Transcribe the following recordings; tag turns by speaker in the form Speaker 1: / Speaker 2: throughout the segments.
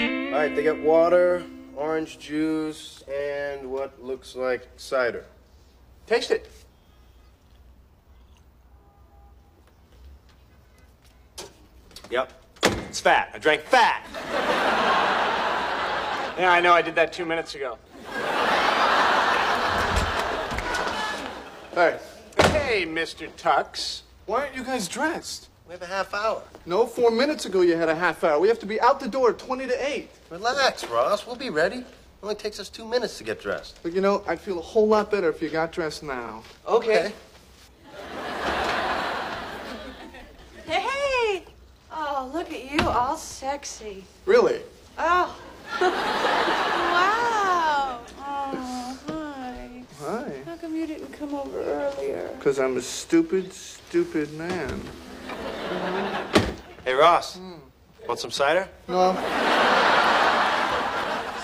Speaker 1: All right, they got water, orange juice, and what looks like cider. Taste it.
Speaker 2: Yep. It's fat. I drank fat. yeah, I know. I did that two minutes ago.
Speaker 1: All right.
Speaker 2: Hey, Mr. Tux.
Speaker 1: Why aren't you guys dressed?
Speaker 3: We have a half hour.
Speaker 1: No, four minutes ago you had a half hour. We have to be out the door at 20 to 8.
Speaker 3: Relax, Ross. We'll be ready. It only takes us two minutes to get dressed.
Speaker 1: But you know, I'd feel a whole lot better if you got dressed now.
Speaker 3: Okay.
Speaker 4: Hey! Oh, look at you, all sexy.
Speaker 1: Really?
Speaker 4: Oh. wow. Oh, hi.
Speaker 1: Hi.
Speaker 4: How come you didn't come over earlier?
Speaker 1: Because I'm a stupid, stupid man.
Speaker 3: Hey, Ross. Want some cider?
Speaker 1: No.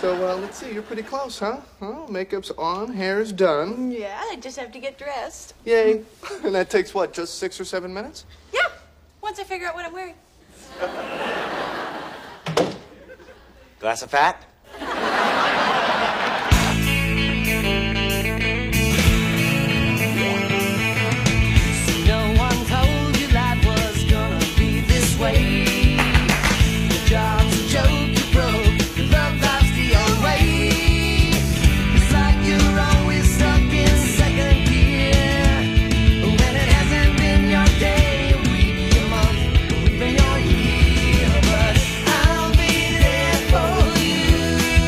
Speaker 1: So, uh, let's see. You're pretty close, huh? Huh? makeup's on, hair's done.
Speaker 4: Yeah, I just have to get dressed.
Speaker 1: Yay. And that takes what, just six or seven minutes?
Speaker 4: Yeah, once I figure out what I'm wearing.
Speaker 3: Glass of fat?
Speaker 5: No one told you life was gonna be this way. Your job's a joke, you broke. Your love life's the old way. It's like you're always stuck in second gear when it hasn't been your day, your week, your month, or even your year. But I'll be there for you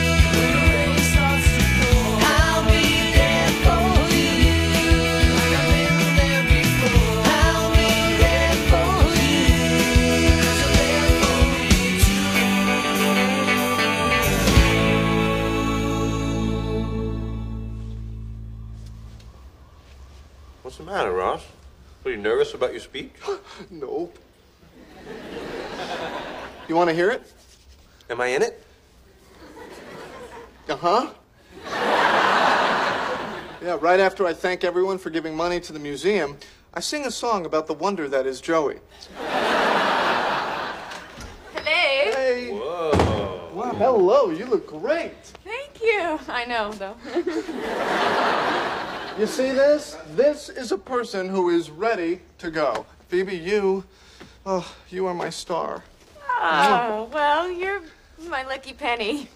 Speaker 5: when the rain starts to pour. I'll be there for you. I've been there before. I'll be there for you. 'Cause you're there for me
Speaker 3: What's the matter, Ross? Are you nervous about your speech?
Speaker 1: Nope. You want to hear it?
Speaker 3: Am I in it?
Speaker 1: Uh huh. yeah, right after I thank everyone for giving money to the museum, I sing a song about the wonder that is Joey.
Speaker 4: Hello.
Speaker 1: Hey!
Speaker 3: Whoa.
Speaker 1: Wow, hello, you look great.
Speaker 4: Thank you. I know, though.
Speaker 1: You see this? This is a person who is ready to go. Phoebe, you, oh, you are my star.
Speaker 4: Oh, well, you're my lucky penny.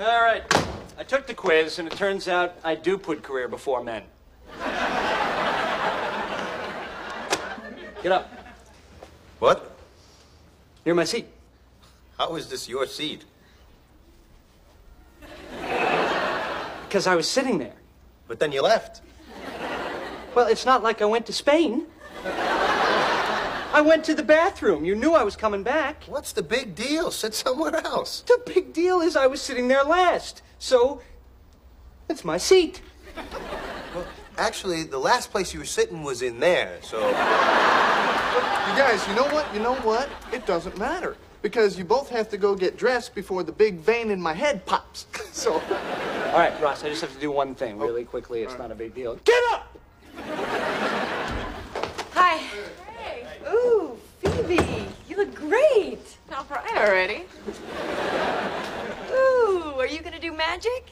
Speaker 2: All right. I took the quiz, and it turns out I do put career before men. Get up.
Speaker 3: What?
Speaker 2: Near my seat.
Speaker 3: How is this your seat?
Speaker 2: Because I was sitting there.
Speaker 3: But then you left.
Speaker 2: Well, it's not like I went to Spain. I went to the bathroom. You knew I was coming back.
Speaker 3: What's the big deal? Sit somewhere else.
Speaker 2: The big deal is I was sitting there last. So, it's my seat.
Speaker 3: Actually, the last place you were sitting was in there, so.
Speaker 1: You guys, you know what? You know what? It doesn't matter. Because you both have to go get dressed before the big vein in my head pops. so,
Speaker 2: All right, Ross, I just have to do one thing really quickly. It's not a big deal. Get up!
Speaker 4: Hi. Hey. Ooh, Phoebe, you look great. All right already. Ooh, are you gonna do magic?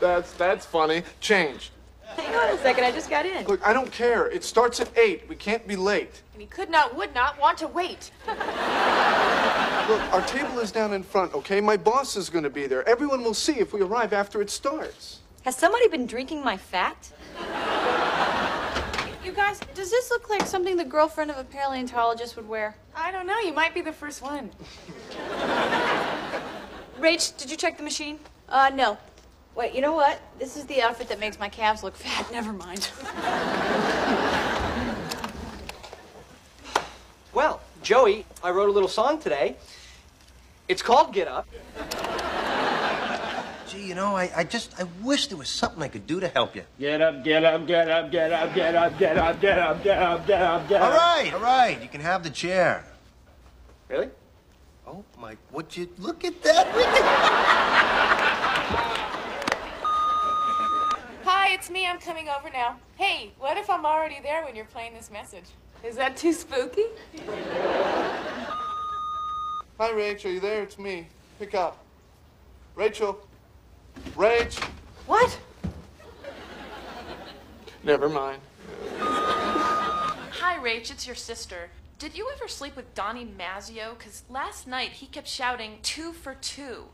Speaker 1: that's, that's funny. Change.
Speaker 4: Hang on a second, I just got in.
Speaker 1: Look, I don't care. It starts at 8. We can't be late.
Speaker 4: And he could not, would not want to wait.
Speaker 1: Look, our table is down in front, okay? My boss is going to be there. Everyone will see if we arrive after it starts.
Speaker 4: Has somebody been drinking my fat? You guys, does this look like something the girlfriend of a paleontologist would wear? I don't know. You might be the first one. Rach, did you check the machine? Uh, no. Wait, you know what? This is the outfit that makes my calves look fat. Never mind.
Speaker 2: Well, Joey, I wrote a little song today. It's called Get Up.
Speaker 3: Gee, you know, I, I just, I wish there was something I could do to help you.
Speaker 2: Get up, get up, get up, get up, get up, get up, get up, get up, get up, get
Speaker 3: All
Speaker 2: up.
Speaker 3: right, all right, you can have the chair.
Speaker 2: Really?
Speaker 3: Oh my! Would you look at that? Look at-
Speaker 6: Hi, it's me. I'm coming over now. Hey, what if I'm already there when you're playing this message?
Speaker 4: Is that too spooky?
Speaker 1: Hi, Rach. Are you there? It's me. Pick up. Rachel. Rach.
Speaker 4: What?
Speaker 1: Never mind.
Speaker 6: Hi, Rach, it's your sister. Did you ever sleep with Donnie Mazio? Because last night he kept shouting, two for two.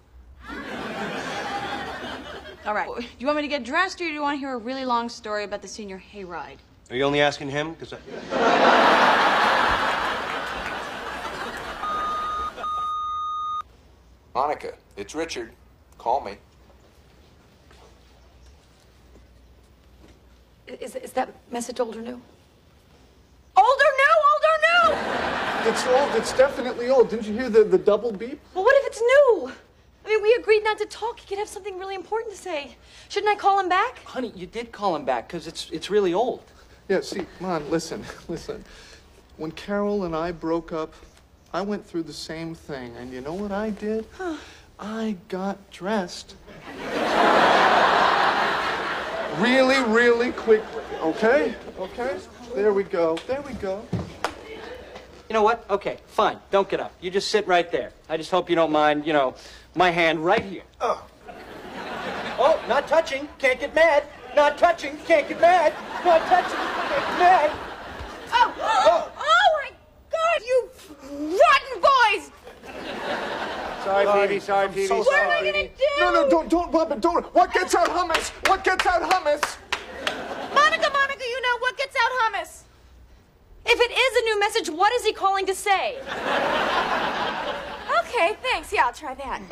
Speaker 4: All right. Do you want me to get dressed, or do you want to hear a really long story about the senior hayride?
Speaker 3: Are you only asking him? Because I.
Speaker 7: Monica, it's Richard. Call me.
Speaker 4: Is, is that message old or new? Old or new? Old or new?
Speaker 1: It's old. It's definitely old. Didn't you hear the, the double beep?
Speaker 4: Well, what if it's new? I mean, we agreed not to talk. He could have something really important to say. Shouldn't I call him back?
Speaker 2: Honey, you did call him back because it's, it's really old.
Speaker 1: Yeah, see, Mon, listen, listen. When Carol and I broke up, I went through the same thing, and you know what I did? I got dressed. really, really quickly, okay? Okay? There we go. There we go.
Speaker 2: You know what? Okay, fine. Don't get up. You just sit right there. I just hope you don't mind, you know, my hand right here. Oh. Oh, not touching. Can't get mad. Not touching. Can't get mad. Not touching. Can't get mad.
Speaker 4: Oh! Oh, my God, you rotten boys!
Speaker 2: Sorry, Phoebe. Sorry, Phoebe.
Speaker 1: so
Speaker 4: What am I gonna do?
Speaker 1: No, no, don't, don't, Robin, don't. What gets out hummus? What gets out hummus?
Speaker 4: Monica, Monica, you know what gets out hummus? If it is a new message, what is he calling to say? okay, thanks. Yeah, I'll try that.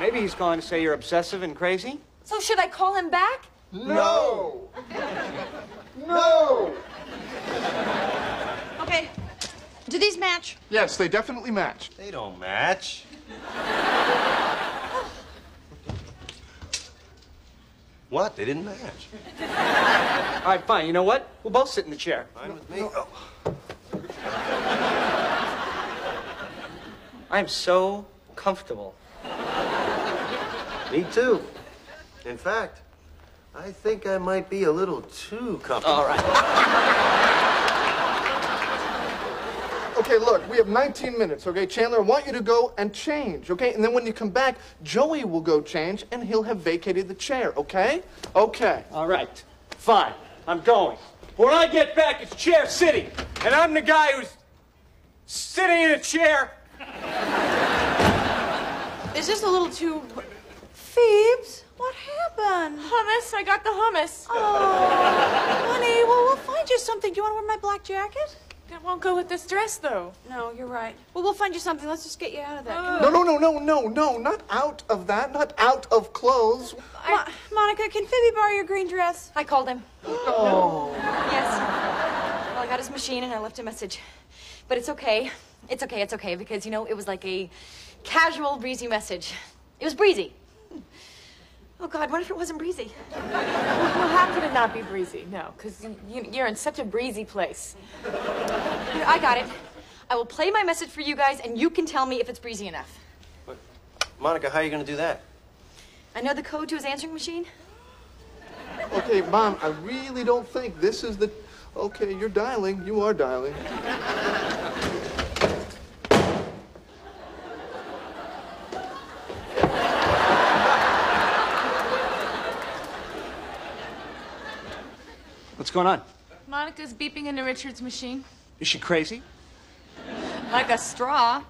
Speaker 2: Maybe he's calling to say you're obsessive and crazy.
Speaker 4: So should I call him back?
Speaker 1: No! No!
Speaker 4: Okay. Do these match?
Speaker 1: Yes, they definitely match.
Speaker 3: They don't match. what? They didn't match.
Speaker 2: All right, fine. You know what? We'll both sit in the chair.
Speaker 3: Fine with me. Oh.
Speaker 2: I am so comfortable.
Speaker 3: oh, Me too. In fact, I think I might be a little too comfortable.
Speaker 2: All right.
Speaker 1: Okay, look, we have 19 minutes, okay? Chandler, I want you to go and change, okay? And then when you come back, Joey will go change and he'll have vacated the chair, okay? Okay.
Speaker 2: All right. Fine. I'm going. When I get back, it's Chair City, and I'm the guy who's sitting in a chair.
Speaker 4: It's just a little too. Phoebes, what happened? Oh.
Speaker 6: Hummus, I got the hummus.
Speaker 4: Honey, well, we'll find you something. Do you want to wear my black jacket?
Speaker 6: That won't go with this dress, though. Oh,
Speaker 4: No, you're right. Well, we'll find you something. Let's just get you out of that.
Speaker 1: No, no, no, no, no, no, not out of that, not out of clothes.
Speaker 4: I- Monica, can Phoebe borrow your green dress? I called him. Oh. Yes. Well, I got his machine and I left a message. But it's okay. It's okay, it's okay, because, you know, it was like a casual, breezy message. It was breezy. Oh, God, what if it wasn't breezy?
Speaker 6: Well, how could it not be breezy? No, because you, you're in such a breezy place.
Speaker 4: Here, I got it. I will play my message for you guys, and you can tell me if it's breezy enough.
Speaker 3: But, Monica, how are you going to do that?
Speaker 4: I know the code to his answering machine.
Speaker 1: Okay, Mom, I really don't think this is the. Okay, you're dialing. You are dialing.
Speaker 2: What's going on?
Speaker 6: Monica's beeping into Richard's machine.
Speaker 2: Is she crazy?
Speaker 6: Like a straw.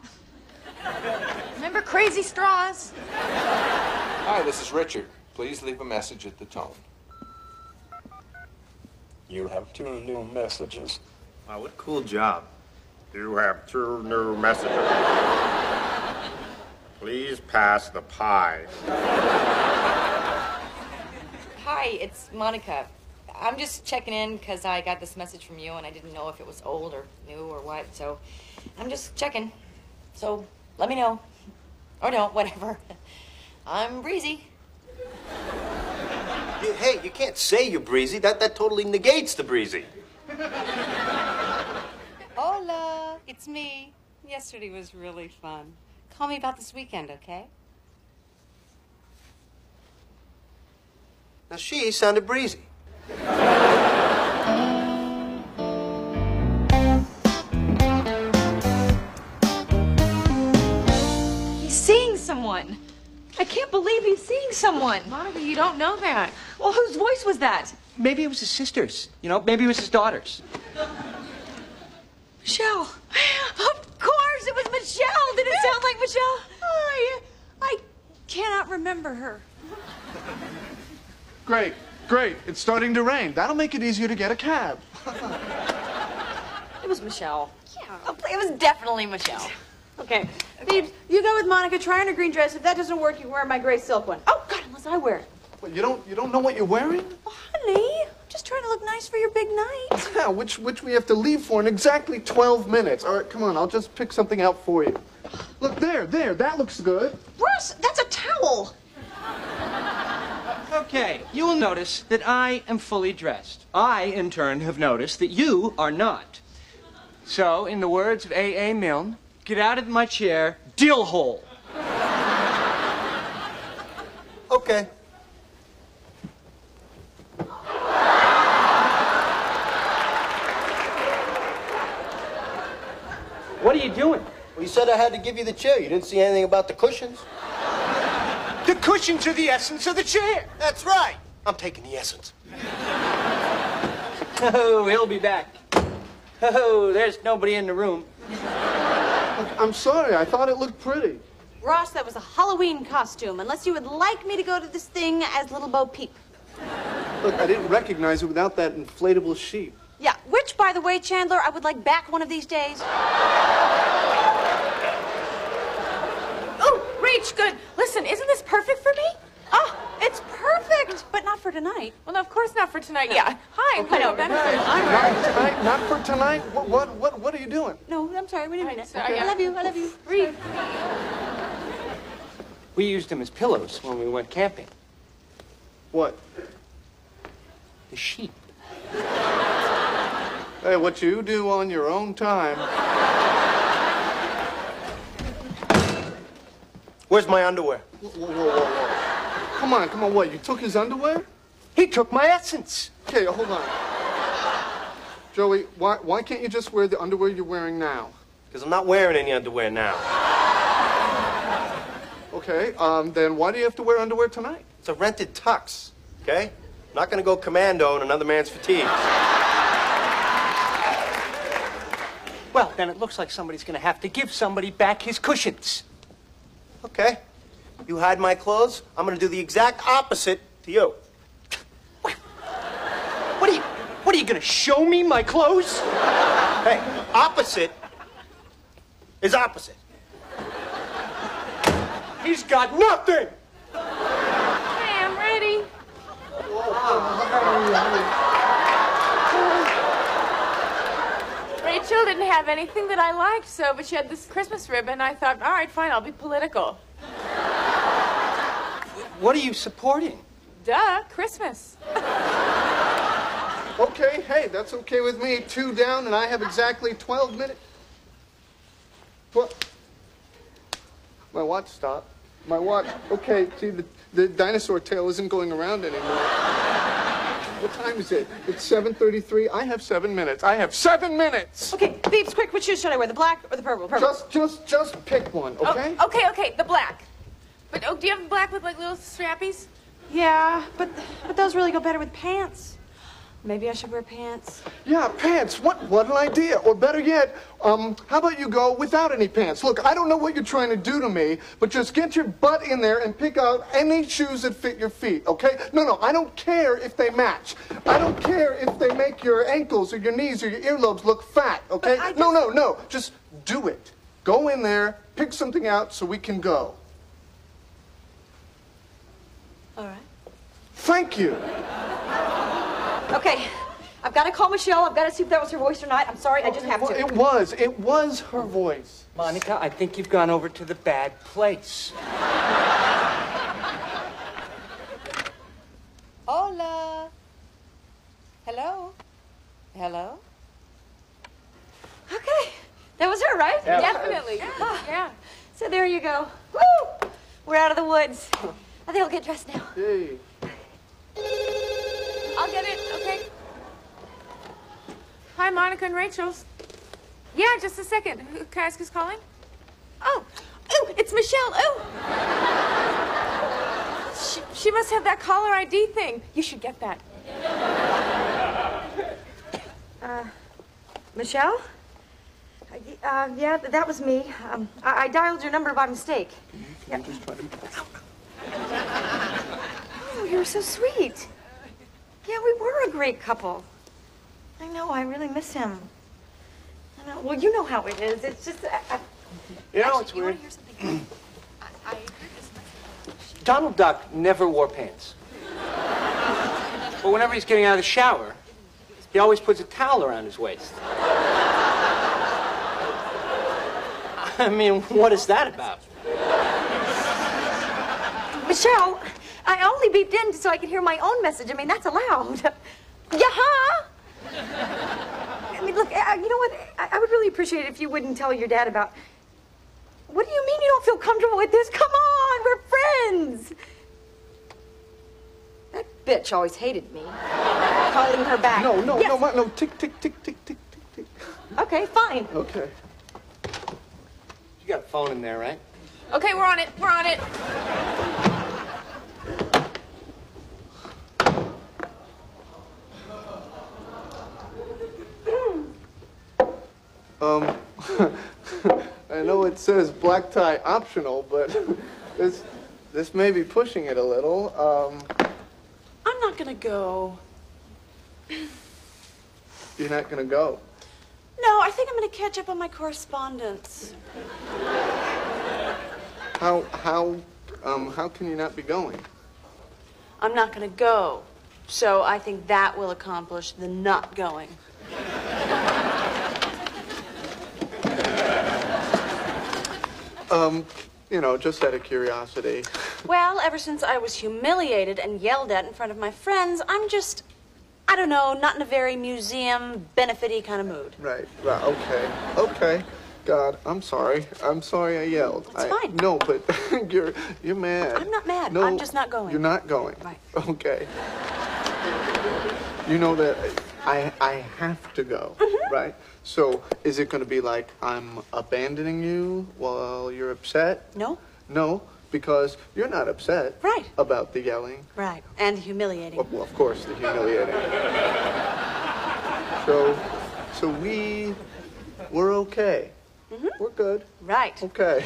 Speaker 6: Remember crazy straws?
Speaker 7: Hi, this is Richard. Please leave a message at the tone.
Speaker 8: You have two new messages.
Speaker 3: Wow, what a cool job.
Speaker 8: You have two new messages. Please pass the pie.
Speaker 4: Hi, it's Monica. I'm just checking in because I got this message from you and I didn't know if it was old or new or what, so I'm just checking. So let me know. Or no, whatever. I'm breezy.
Speaker 3: You- hey, you can't say you're breezy. That, that totally negates the breezy.
Speaker 4: Hola, it's me. Yesterday was really fun. Call me about this weekend, okay?
Speaker 3: Now, she sounded breezy.
Speaker 4: someone. I can't believe he's seeing someone.
Speaker 9: Monica, you don't know that.
Speaker 4: Well, whose voice was that?
Speaker 2: Maybe it was his sister's. You know, maybe it was his daughter's.
Speaker 4: Michelle. Of course, it was Michelle. Did it sound like Michelle? I, I cannot remember her.
Speaker 1: Great, great. It's starting to rain. That'll make it easier to get a cab.
Speaker 4: It was Michelle. Yeah.
Speaker 9: Oh,
Speaker 4: It was definitely Michelle.
Speaker 9: Okay. Phoebes, you go with Monica, try on a green dress. If that doesn't work, you wear my gray silk one. Oh, God, unless I wear it.
Speaker 1: Well, you don't you don't know what you're wearing?
Speaker 4: Well, honey, I'm just trying to look nice for your big night.
Speaker 1: Yeah, which which we have to leave for in exactly 12 minutes. All right, come on. I'll just pick something out for you. Look there, there. That looks good.
Speaker 4: Russ, that's a towel.
Speaker 2: Okay, you will notice that I am fully dressed. I, in turn, have noticed that you are not. So, in the words of A.A. Milne, get out of my chair, dill hole.
Speaker 3: Okay.
Speaker 2: What are you doing?
Speaker 3: Well, you said I had to give you the chair. You didn't see anything about the cushions?
Speaker 2: The cushions are the essence of the chair.
Speaker 3: That's right. I'm taking the essence.
Speaker 2: Oh, he'll be back. Oh, there's nobody in the room.
Speaker 1: Look, I'm sorry. I thought it looked pretty.
Speaker 9: Ross, that was a Halloween costume, unless you would like me to go to this thing as Little Bo Peep.
Speaker 1: Look, I didn't recognize it without that inflatable sheep.
Speaker 9: Yeah, which, by the way, Chandler, I would like back one of these days.
Speaker 4: Oh, Reach, good. Listen, isn't this perfect for me?
Speaker 9: Ah,
Speaker 4: Oh, it's perfect, but not for tonight.
Speaker 9: Well, no, of course not for tonight.
Speaker 4: Yeah.
Speaker 9: Hi,
Speaker 4: I'm Cleo Benson.
Speaker 1: Not tonight. Not for tonight. What what what, what are you doing?
Speaker 9: No, I'm sorry, we didn't mean it.
Speaker 6: sorry,
Speaker 9: I
Speaker 6: yeah.
Speaker 9: love you, I love you. Reed.
Speaker 2: We used them as pillows when we went camping.
Speaker 1: What?
Speaker 2: The sheep.
Speaker 1: Hey, what you do on your own time?
Speaker 3: Where's my underwear?
Speaker 1: Whoa, whoa, whoa, whoa, whoa. Come on, come on. What? You took his underwear?
Speaker 2: He took my essence.
Speaker 1: Okay, hold on. Joey, why why can't you just wear the underwear you're wearing now?
Speaker 3: Because I'm not wearing any underwear now.
Speaker 1: Okay, um, then why do you have to wear underwear tonight?
Speaker 3: It's a rented tux, okay? I'm not gonna go commando in another man's fatigues.
Speaker 2: Well, then it looks like somebody's going to have to give somebody back his cushions.
Speaker 3: Okay. You hide my clothes, I'm gonna do the exact opposite to you.
Speaker 2: What are you? What are you going to show me my clothes?
Speaker 3: Hey, opposite is opposite.
Speaker 2: He's got nothing.
Speaker 6: Hey, I'm ready.
Speaker 9: Rachel didn't have anything that I liked, so, but she had this Christmas ribbon. I thought, all right, fine, I'll be political.
Speaker 2: What are you supporting?
Speaker 9: Duh, Christmas.
Speaker 1: Okay, hey, that's okay with me. Two down, and I have exactly 12 minutes. What? My watch stopped. My watch. Okay, see, the, the dinosaur tail isn't going around anymore. What time is it? It's 7.33. I have seven minutes. I have seven minutes!
Speaker 9: Okay, Phoebes, quick, which shoes should I wear, the black or the purple? Purple.
Speaker 1: Just, just, just pick one,
Speaker 6: Oh,
Speaker 1: okay?
Speaker 6: okay, okay, the black. But oh, do you have black with like little strappies?
Speaker 9: Yeah, but, but those really go better with pants. Maybe I should wear pants.
Speaker 1: Yeah, pants. What, what an idea. Or better yet, um, how about you go without any pants? Look, I don't know what you're trying to do to me, but just get your butt in there and pick out any shoes that fit your feet, okay? No, no, I don't care if they match. I don't care if they make your ankles or your knees or your earlobes look fat, okay?
Speaker 9: I
Speaker 1: No, no, no. Just do it. Go in there, pick something out so we can go.
Speaker 9: All right.
Speaker 1: Thank you.
Speaker 4: Okay, I've got to call Michelle. I've got to see if that was her voice or not. I'm sorry, I just have to.
Speaker 1: It was, it was her voice.
Speaker 2: Monica, I think you've gone over to the bad place.
Speaker 9: Hola. Hello. Hello.
Speaker 4: Okay, that was her, right?
Speaker 6: Definitely. Yeah.
Speaker 9: Ah.
Speaker 6: yeah.
Speaker 4: So there you go. Woo! We're out of the woods. I think I'll get dressed now.
Speaker 1: Hey.
Speaker 6: I'll get it, okay? Hi, Monica and Rachel's. Yeah, just a second. Who- Can I ask who's calling?
Speaker 4: Oh, ooh,
Speaker 9: It's Michelle. Oh. she, she must have that caller ID thing. You should get that. Uh, Michelle? Uh, y- Uh, yeah, th- that was me. Um, I, I dialed your number by mistake. Yeah. Oh, you're so sweet. Yeah, we were a great couple. I know. I really miss him. I know. Well, you know how it is. It's just. I, I,
Speaker 2: You know, it's
Speaker 6: You want
Speaker 2: weird.
Speaker 6: to hear something? I, I heard this message.
Speaker 2: Donald Duck never wore pants. but whenever he's getting out of the shower, he always puts a towel around his waist. I mean, what is that about?
Speaker 9: Michelle, I only beeped in so I could hear my own message. I mean, that's allowed. Yeah, huh? I mean, look, I, I- you know what? I, I would really appreciate it if you wouldn't tell your dad about. What do you mean you don't feel comfortable with this? Come on, we're friends. That bitch always hated me. Calling her back.
Speaker 1: No, no,
Speaker 9: Yes.
Speaker 1: no, my, no. Tick, tick, tick, tick, tick, tick, tick.
Speaker 9: Okay, fine.
Speaker 1: Okay.
Speaker 2: You got a phone in there, right?
Speaker 6: Okay, we're on it. We're on it.
Speaker 1: Um, I know it says black tie optional, but this this may be pushing it a little. Um,
Speaker 10: I'm not gonna go.
Speaker 1: you're not gonna go.
Speaker 10: No, I think I'm gonna catch up on my correspondence.
Speaker 1: How how um how can you not be going?
Speaker 10: I'm not gonna go. So I think that will accomplish the not going.
Speaker 1: You know, just out of curiosity.
Speaker 10: Well, ever since I was humiliated and yelled at in front of my friends, I'm just, I don't know, not in a very museum benefity kind of mood.
Speaker 1: Right. Right. Okay. Okay. God, I'm sorry. I'm sorry I yelled.
Speaker 10: It's
Speaker 1: I-
Speaker 10: fine.
Speaker 1: No, but you're you're mad.
Speaker 10: I'm not mad.
Speaker 1: No,
Speaker 10: I'm just not going.
Speaker 1: You're not going.
Speaker 10: Right.
Speaker 1: Okay. you know that I I have to go,
Speaker 10: Mm-hmm.
Speaker 1: right? So is it going to be like I'm abandoning you while you're upset?
Speaker 10: No?
Speaker 1: No, because you're not upset.
Speaker 10: Right.
Speaker 1: About the yelling.
Speaker 10: Right. And humiliating.
Speaker 1: Oh, Well, of course, the humiliating. so, so we, we're okay.
Speaker 9: Mm-hmm.
Speaker 1: We're good.
Speaker 10: Right.
Speaker 1: Okay.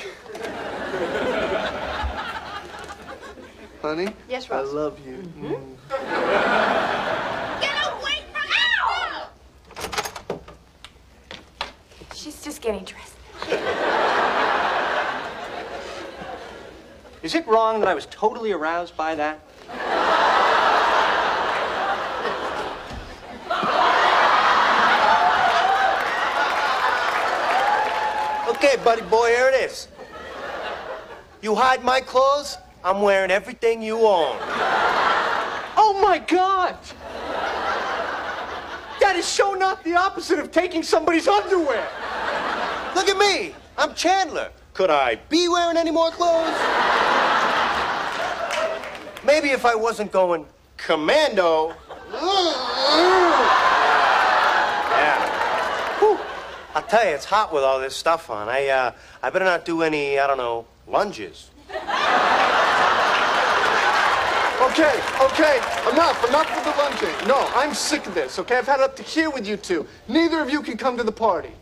Speaker 1: Honey.
Speaker 9: Yes,
Speaker 1: I
Speaker 9: Ross? Mm-hmm.
Speaker 1: love you. Mm.
Speaker 4: She's just getting dressed.
Speaker 2: Is it wrong that I was totally aroused by that?
Speaker 3: Okay, buddy boy, here it is. You hide my clothes, I'm wearing everything you own.
Speaker 2: Oh my God! That is so not the opposite of taking somebody's underwear.
Speaker 3: Look at me, I'm Chandler. Could I be wearing any more clothes? Maybe if I wasn't going commando. yeah. Whew. I'll tell you, it's hot with all this stuff on. I, uh, I better not do any, I don't know, lunges.
Speaker 1: Okay, okay, enough, enough with the lunging. No, I'm sick of this, okay? I've had it up to here with you two. Neither of you can come to the party.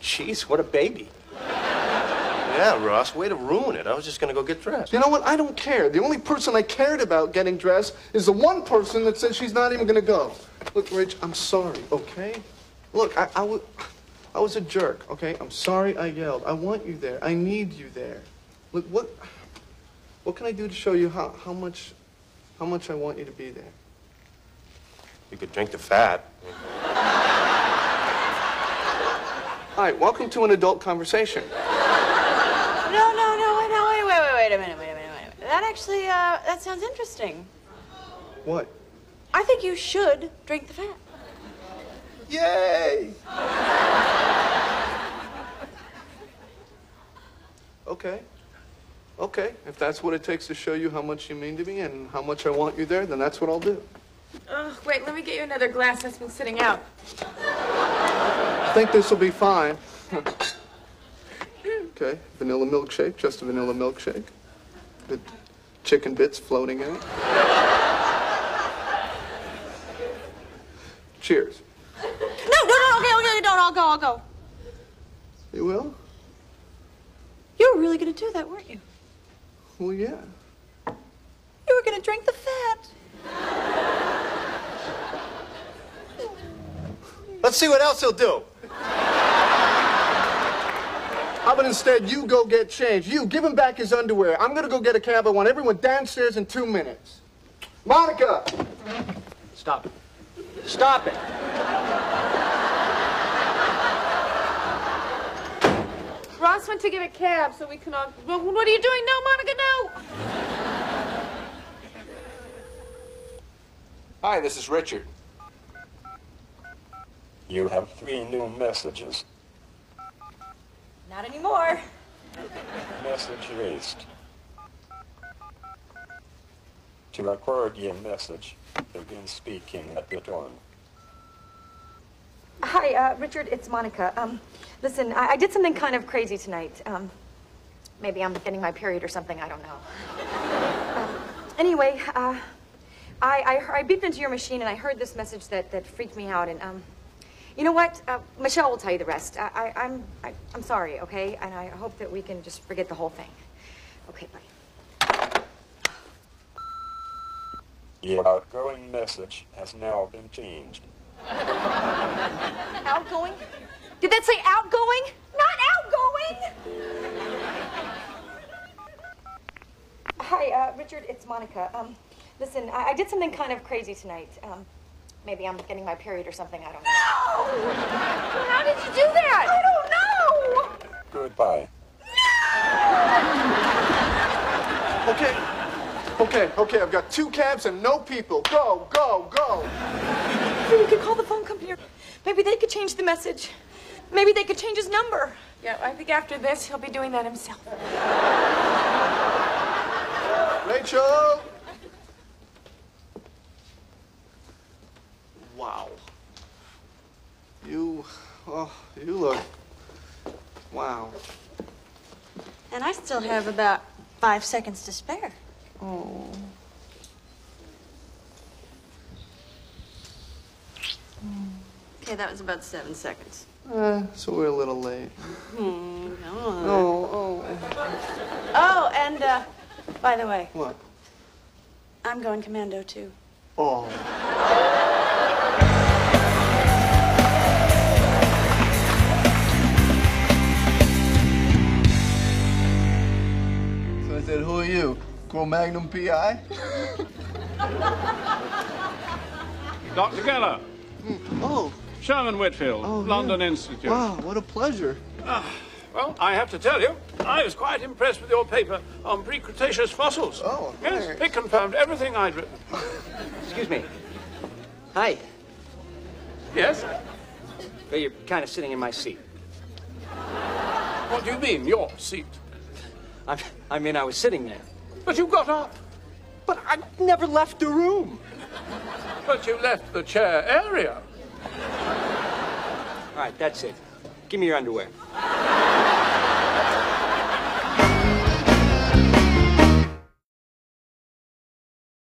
Speaker 2: Jeez, what a baby.
Speaker 3: Yeah, Ross, way to ruin it. I was just gonna go get dressed.
Speaker 1: You know what? I don't care. The only person I cared about getting dressed is the one person that said she's not even gonna go. Look, Rich, I'm sorry, okay? Look, I, I, wa- I was a jerk, okay? I'm sorry I yelled. I want you there. I need you there. Look, what, what can I do to show you how, how much, how much I want you to be there?
Speaker 3: You could drink the fat.
Speaker 1: All right, welcome to an adult conversation.
Speaker 10: No, no, no, wait, no, wait, wait, wait, wait a minute, wait a minute, wait a minute. That actually, uh, that sounds interesting.
Speaker 1: What?
Speaker 10: I think you should drink the fat.
Speaker 1: Yay! okay. Okay. If that's what it takes to show you how much you mean to me and how much I want you there, then that's what I'll do.
Speaker 6: Ugh, wait, let me get you another glass that's been sitting out.
Speaker 1: I think this will be fine. Okay, vanilla milkshake, just a vanilla milkshake. With chicken bits floating in it. Cheers.
Speaker 10: No, no, no, okay, okay, don't. I'll go, I'll go.
Speaker 1: You will?
Speaker 10: You were really gonna do that, weren't you?
Speaker 1: Well, yeah.
Speaker 10: You were gonna drink the fat.
Speaker 3: Let's see what else he'll do.
Speaker 1: How about instead you go get changed? You give him back his underwear. I'm gonna go get a cab. I want everyone downstairs in two minutes. Monica!
Speaker 2: Stop it. Stop it.
Speaker 11: Ross went to get a cab so we can all. Well, what are you doing? No, Monica, no!
Speaker 7: Hi, this is Richard. You have three new messages.
Speaker 4: Not anymore.
Speaker 8: Message erased. To record your message, begin speaking at the tone.
Speaker 9: Hi, uh, Richard, it's Monica. Um, listen, I, I did something kind of crazy tonight. Um, maybe I'm getting my period or something, I don't know. Um, anyway, uh, I, I, he- I beeped into your machine and I heard this message that, that freaked me out. And um, you know what? Uh, Michelle will tell you the rest. I, I, I'm, I, I'm sorry, okay? And I hope that we can just forget the whole thing. Okay, bye.
Speaker 8: Your outgoing message has now been changed.
Speaker 9: Outgoing? Did that say outgoing? Not outgoing! Hi, uh, Richard, it's Monica. Um, listen, I, I did something kind of crazy tonight. Um, maybe I'm getting my period or something, I don't know. No! How did you do that? I don't know!
Speaker 8: Goodbye.
Speaker 1: Okay. Okay, okay, I've got two cabs and no people. Go, go, go.
Speaker 9: Maybe you could call the phone company. or Maybe they could change the message. Maybe they could change his number.
Speaker 11: Yeah, I think after this, he'll be doing that himself.
Speaker 1: Rachel! Wow. You, oh, you look. Wow.
Speaker 10: And I still have about five seconds to spare. Oh. Okay, that was about seven seconds.
Speaker 1: Eh, so we're a little late.
Speaker 10: Hmm, come on.
Speaker 1: Oh,
Speaker 10: Oh, and uh, by the way,
Speaker 1: What?
Speaker 10: I'm going commando too.
Speaker 1: Oh. So I said, who are you? Cro Magnum PI?
Speaker 12: Dr. Geller.
Speaker 1: Oh.
Speaker 12: Sherman Whitfield, London Institute.
Speaker 1: Wow, what a pleasure.
Speaker 12: Well, I have to tell you, I was quite impressed with your paper on pre Cretaceous fossils. Oh, yes. It confirmed everything I'd written.
Speaker 2: Excuse me. Hi.
Speaker 12: Yes?
Speaker 2: Well, you're kind of sitting in my seat.
Speaker 12: What do you mean, your seat?
Speaker 2: I, I mean, I was sitting there.
Speaker 12: But you got up.
Speaker 2: But I never left the room.
Speaker 12: But you left the chair area.
Speaker 2: All right, that's it. Give me your underwear.